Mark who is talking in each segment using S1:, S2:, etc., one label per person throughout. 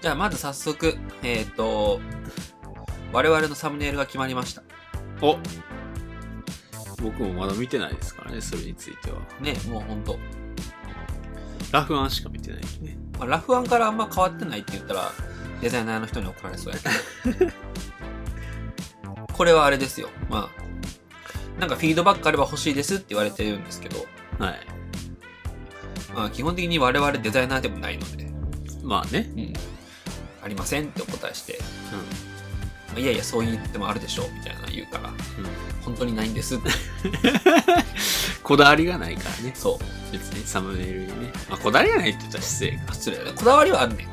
S1: じゃあまず早速、えっ、と、我々のサムネイルが決まりました。
S2: お僕もまだ見てないですからね、それについては。
S1: ね、もうほんと。
S2: ラフアンしか見てないね。
S1: まあ、ラフアンからあんま変わってないって言ったら、デザイナーの人に怒られそうやけど。これはあれですよ。まあ、なんかフィードバックあれば欲しいですって言われてるんですけど、
S2: はい。
S1: まあ基本的に我々デザイナーでもないので、
S2: まあね。
S1: うん、ありませんってお答えして、まあいやいや、そう言ってもあるでしょうみたいなの言うから、
S2: うん。うん、
S1: 本当にないんですって。
S2: こだわりがないからね。
S1: そう。
S2: 別にサムネイルにね。まあ、こだわりがないって言ったら失礼か。
S1: 失礼だねこだわりはあるね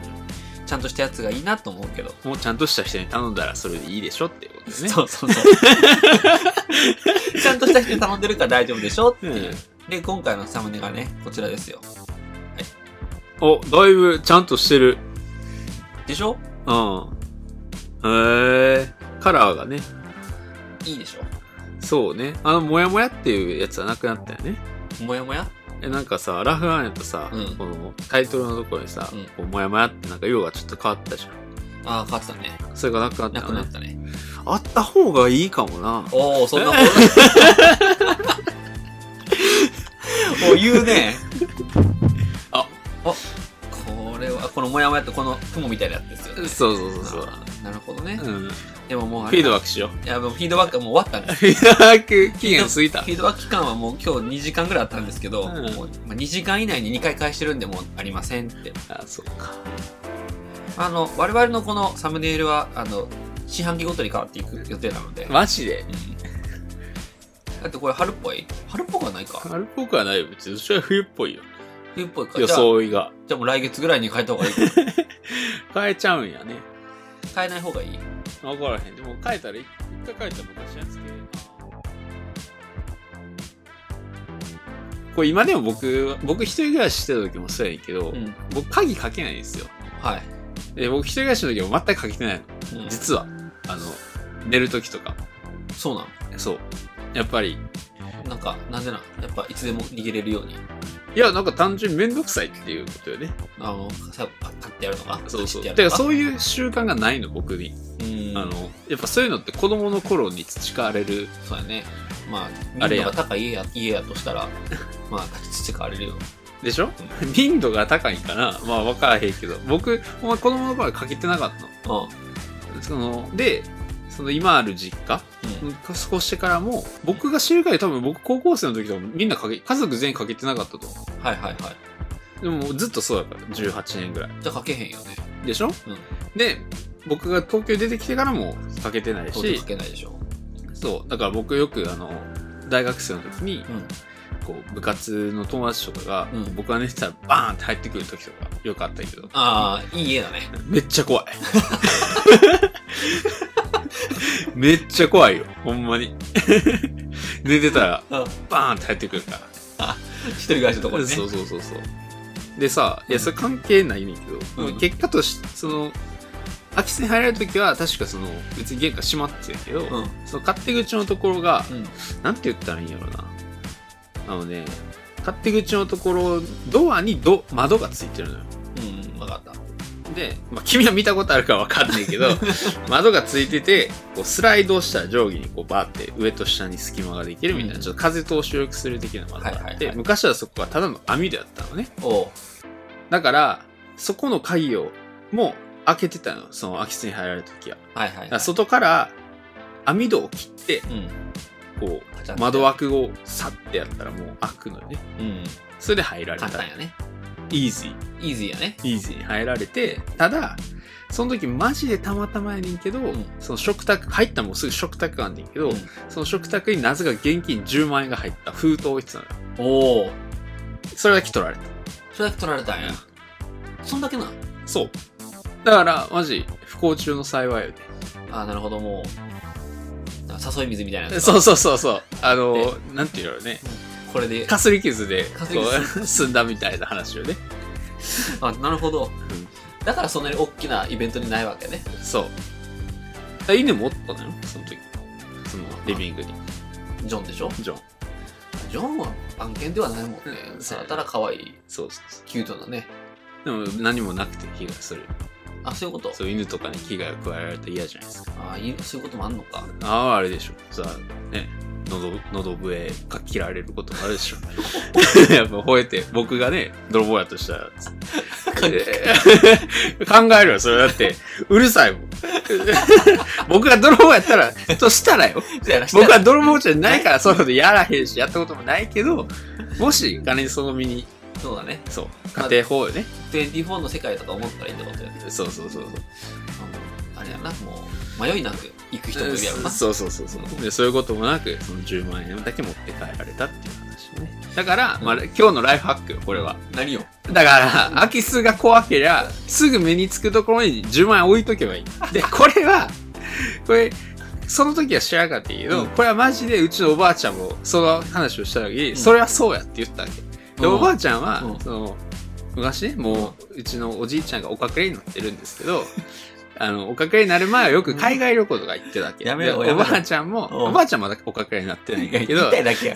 S1: ちゃんとしたやつがいいなと思うけど、
S2: もうちゃんとした人に頼んだらそれでいいでしょっていうことですね。
S1: そうそうそう ちゃんとした人に頼んでるから大丈夫でしょっていう、
S2: うん
S1: で今回のサムネがねこちらですよ
S2: お、だいぶちゃんとしてる。
S1: でしょ
S2: うん。へえ。カラーがね。
S1: いいでしょ
S2: そうね。あの、もやもやっていうやつはなくなったよね。
S1: もやもや
S2: え、なんかさ、ラフアンやとさ、
S1: うん
S2: このタイトルのところにさ、
S1: うん
S2: こうもやもやってなんか色がちょっと変わったじゃ
S1: ああ変わってたね
S2: ん。それがなくなった
S1: な
S2: よ
S1: く
S2: ね
S1: なったね
S2: あった方がいいかもな。
S1: おおそん なこともう言う ね
S2: あ
S1: あこれはこのもやもやってこの雲みたいなやつですよね
S2: そうそうそうそう。
S1: なるほどね、
S2: うん。フ
S1: でももうあ
S2: ィ
S1: れ
S2: ードバックしよう。
S1: いやもうフィードバックはもう終わったね
S2: フィードバック期限過ぎた
S1: フ。ィードバック期間はもう今日2時間ぐらいあったんですけど、
S2: うん
S1: もうまあ2時間以内に2回返してるんでもうありませんって。
S2: あ、そうか。
S1: あの、我々のこのサムネイルは、あの、四半期ごとに変わっていく予定なので。
S2: マジで
S1: うんだってこれ春っぽい春っぽくはないか。
S2: 春っぽくはないよ。別に、それは冬っぽいよ。
S1: 冬っぽいか。じゃあ、
S2: 装いが。
S1: じゃあもう来月ぐらいに変えた方がいい。
S2: 変えちゃうんやね。
S1: 変えない方がいい。
S2: わからへん。でも変えたら、一回変えたら昔のやつけこれ今でも僕、僕一人暮らししてた時もそうやねんけど、
S1: うん。
S2: 僕鍵かけないんですよ。
S1: はい。
S2: で、僕一人暮らしの時も全くかけてないの。
S1: うん
S2: 実は。あの、寝る時とか。
S1: そうな
S2: そう。やっぱり。
S1: の。なんか、なんでなんやっぱいつでも逃げれるように。
S2: いや、なんか単純にめんどくさいっていうことよね。
S1: あの、さパッってやるのか。
S2: そうそ
S1: パチッ
S2: う。だか
S1: てや
S2: ら
S1: るのか。
S2: そういう習慣がないの、僕に。
S1: うん。
S2: あの、やっぱそういうのって子供の頃に培われる。
S1: そうやね。まあ、
S2: あれ
S1: 民度
S2: や
S1: が高い家や家やとした ら、まあ、土変われるよ。
S2: でしょ民度が高いんかなまあ分からへんけど。僕、お前子供の頃はかけてなかったの。
S1: うん。
S2: その、で、その今ある実家、
S1: うん。
S2: 少してからも、僕が知る限り多分僕高校生の時とかもみんなかけ、家族全員かけてなかったと思
S1: はいはいはい。
S2: う。でもずっとそうだから、18年ぐらい。
S1: じゃあ書けへんよね。
S2: でしょ、で、僕が東京出てきてからもかけてない
S1: 当然
S2: し
S1: 書、けないでしょ。
S2: そう、だから僕よくあの、大学生の時に、
S1: うん。
S2: こう、部活の友達とかが、
S1: うん
S2: 僕が寝てたらバーンって入ってくる時とか、よかったけど、
S1: ああ、いい家だ ね。
S2: めっちゃ怖 い。めっちゃ怖いよ、ほんまに。寝てたら、
S1: うん。
S2: バーンって入ってくるから。
S1: 一人暮らしのところね。
S2: そうそうそうそう。でさ、いや、それ関係ないねんけど、
S1: うん
S2: 結果として、その、空き巣に入られる時は、確かその、別に玄関閉まってるけど、
S1: うん。
S2: その勝手口のところが、
S1: うん。
S2: なんて言ったらいいんやろな。あのね、勝手口のところ、ドアにド窓がついてるのよ。
S1: うん。わかった。
S2: で、まあ、君は見たことあるかわかんない けど、窓がついてて、こうスライドしたら上下にこうバーって上と下に隙間ができるみたいな、
S1: うん
S2: ちょっと風通しを良くする的な窓があって、
S1: はいはいはい
S2: 昔はそこはただの網戸だったのね。
S1: おう。
S2: だから、そこの鍵をもう開けてたの、その空き巣に入られる時は。
S1: はいはい
S2: だか
S1: は
S2: ら
S1: い。
S2: 外から網戸を切って、
S1: うん。
S2: こ
S1: カチャン
S2: う、窓。枠をサッてやったらもう開くのよね。
S1: うん。
S2: それで入られた
S1: 簡。単やね。
S2: イージー。
S1: イージーやね。
S2: イージーに入られて、ただ、その時マジでたまたまやねんけど、
S1: ん
S2: その食卓、入ったらもうすぐ食卓があんねんけど、
S1: うん
S2: その食卓になぜか現金10万円が入った封筒を置いてたのよ。
S1: おお。
S2: それだけ取られた。
S1: それだけ取られたんや。そんだけな。
S2: そう。だから、マジ、不幸中の幸いよ
S1: ああ、なるほど、もう。あ誘い水みたいな
S2: ね。
S1: やつ。
S2: そうそうそうそう。あの、なんていうのね、
S1: これで。
S2: かすり傷で、
S1: かすり傷
S2: こう 済んだみたいな話をね。
S1: あ、なるほど
S2: ん。
S1: だからそんなに大きなイベントにないわけね。
S2: そう。だから犬持ったのよ、その時。その、リビングに。
S1: ジョンでしょ
S2: ジョン。
S1: ジョンは案件ではないもんね
S2: う。ん
S1: さらたら可愛い、
S2: そうそうそう。
S1: キュートなね。
S2: でも何もなくて気がする。
S1: あ、そういうこと
S2: そう犬とかに危害を加えられたら嫌じゃないですか
S1: あいそういうこともあんのか。
S2: あああれでしょさあね喉喉笛が切られることもあるでしょ やっぱ吠えて僕がね泥棒やとしたら つえー考えるよそれだってうるさいもん 僕が泥棒やったらとしたらよ 僕は泥棒じゃないからそういうことやらへんしやったこともないけどもし金にその身に
S1: そうだね。
S2: そう家庭法よね
S1: 24の世界とか思ったらいいってことや。
S2: そうそうそうそう
S1: あのあれやな、もう、迷いなく行く人もいるやろな。
S2: そうそうそうそうでそういうこともなくその10万円だけ持って帰られたっていう話ねだから、まあ、今日のライフハックよこれは
S1: 何を
S2: だから空き巣が怖けりゃすぐ目につくところに10万円置いとけばいいでこれはこれその時は知らなかったけど、
S1: うん
S2: これはマジでうちのおばあちゃんもその話をした時に、
S1: ん
S2: それはそうやって言ったわけで、おばあちゃんは、
S1: うん
S2: その、昔ね、もう、うちのおじいちゃんがおかくれになってるんですけ ど、あの、おかくれになる前はよく海外旅行とか行ってたわけ。
S1: うんやめろ
S2: で
S1: や
S2: お
S1: めろ
S2: ばあちゃんも、
S1: うん
S2: おばあちゃんまだおかくれになってないんだけど
S1: 言い、たいだけ や。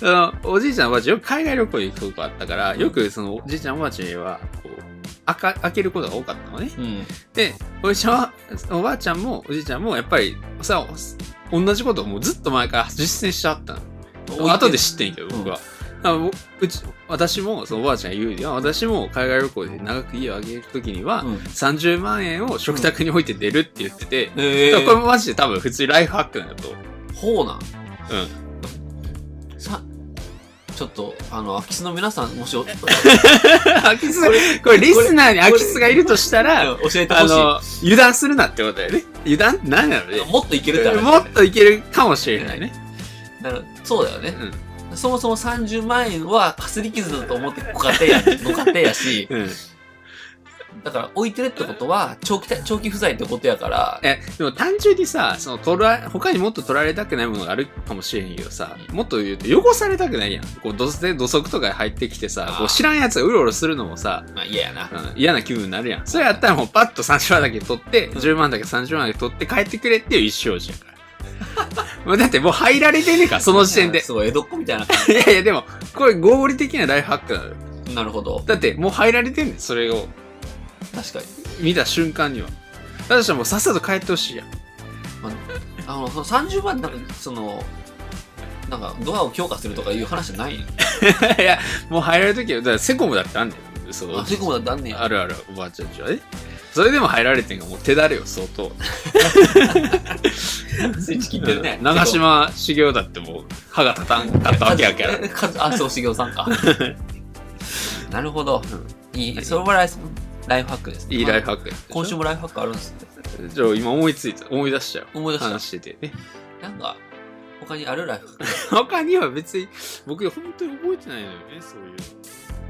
S2: その、おじいちゃんおばあちゃんよく海外旅行行くことがあったから、よくその、おじいちゃんおばあちゃんには、こう、あか、開けることが多かったのね。
S1: うん。
S2: で、おじいちゃんは、おばあちゃんも、おじいちゃんも、やっぱり、さ、同じことをもうずっと前から実践してあったの。後で知ってんけど、僕は。だから僕うち、私も、そのおばあちゃんが言うには、私も海外旅行で長く家をあげるときには、
S1: うん。
S2: 30万円を食卓に置いて出るって言ってて、
S1: え
S2: だからこれ
S1: ー、
S2: もマジで多分普通にライフハックなんだと 思う。
S1: ほうなん。
S2: うん。
S1: さ、ちょっと、あの、空き巣の皆さん、も しお、教
S2: 空き巣、これリスナーに空き巣がいるとしたら、
S1: えて
S2: あ
S1: ほし
S2: の、油断するなってことだよね。油断って何なの
S1: い。
S2: ね。
S1: もっといけるってある
S2: もっといけるかもしれないね。
S1: なるそうだよね。
S2: うん。
S1: そもそも30万円はかすり傷だと思ってご家 庭や、ご家庭やし、
S2: うん。
S1: だから置いてるってことは長期た、長期不在ってことやから、
S2: えでも単純にさその取ら他にもっと取られたくないものがあるかもしれんけどさもっと言うと汚されたくないやんこう土足土足とか入ってきて
S1: あ
S2: さ
S1: ー
S2: こう知らんやつがうろうろするのもさ、
S1: まあ嫌やな。
S2: うん嫌な気分になるやんそれやったらもうパッと30万だけ取って10万だけ30万だけ取って帰ってくれっていう一生 児やからもうだってもう入られてんねえからその時 点で
S1: すごい、江戸っ子みたいな感
S2: いやいやでもこれ合理的なライフハックなのよ
S1: じ。なるほど。
S2: だってもう入られてんねんそれを
S1: 確かに。
S2: 見た瞬間にはだとしたらもうさっさと帰ってほしいやん
S1: あの、その30万なんか、その、なんか、ドアを強化するとかいう話じゃない
S2: いや、もう入られるときは、だからセコムだってあんねん。そ
S1: あ、
S2: う
S1: そういうことだってあんねや。
S2: あるある、おばあちゃんちはね。それでも入られてんが、もう手だれよ、相当。
S1: スイッチ切ってるね。
S2: うん長島茂雄だってもう、歯が立たんかったわけ やから。
S1: えかあ、そう、茂雄さん か。なるほど。いい、それもライフライフハックですね。
S2: いいライフ
S1: ハッ
S2: ハックやったでしょ。
S1: ク。今週もライフハックあるんですね。
S2: じゃあ今思いついた、思い出しちゃう。
S1: 思い出した
S2: 話してて ね。
S1: なんか、他にあるライフハック
S2: 他には別に、僕本当に覚えてないのよね、そういう。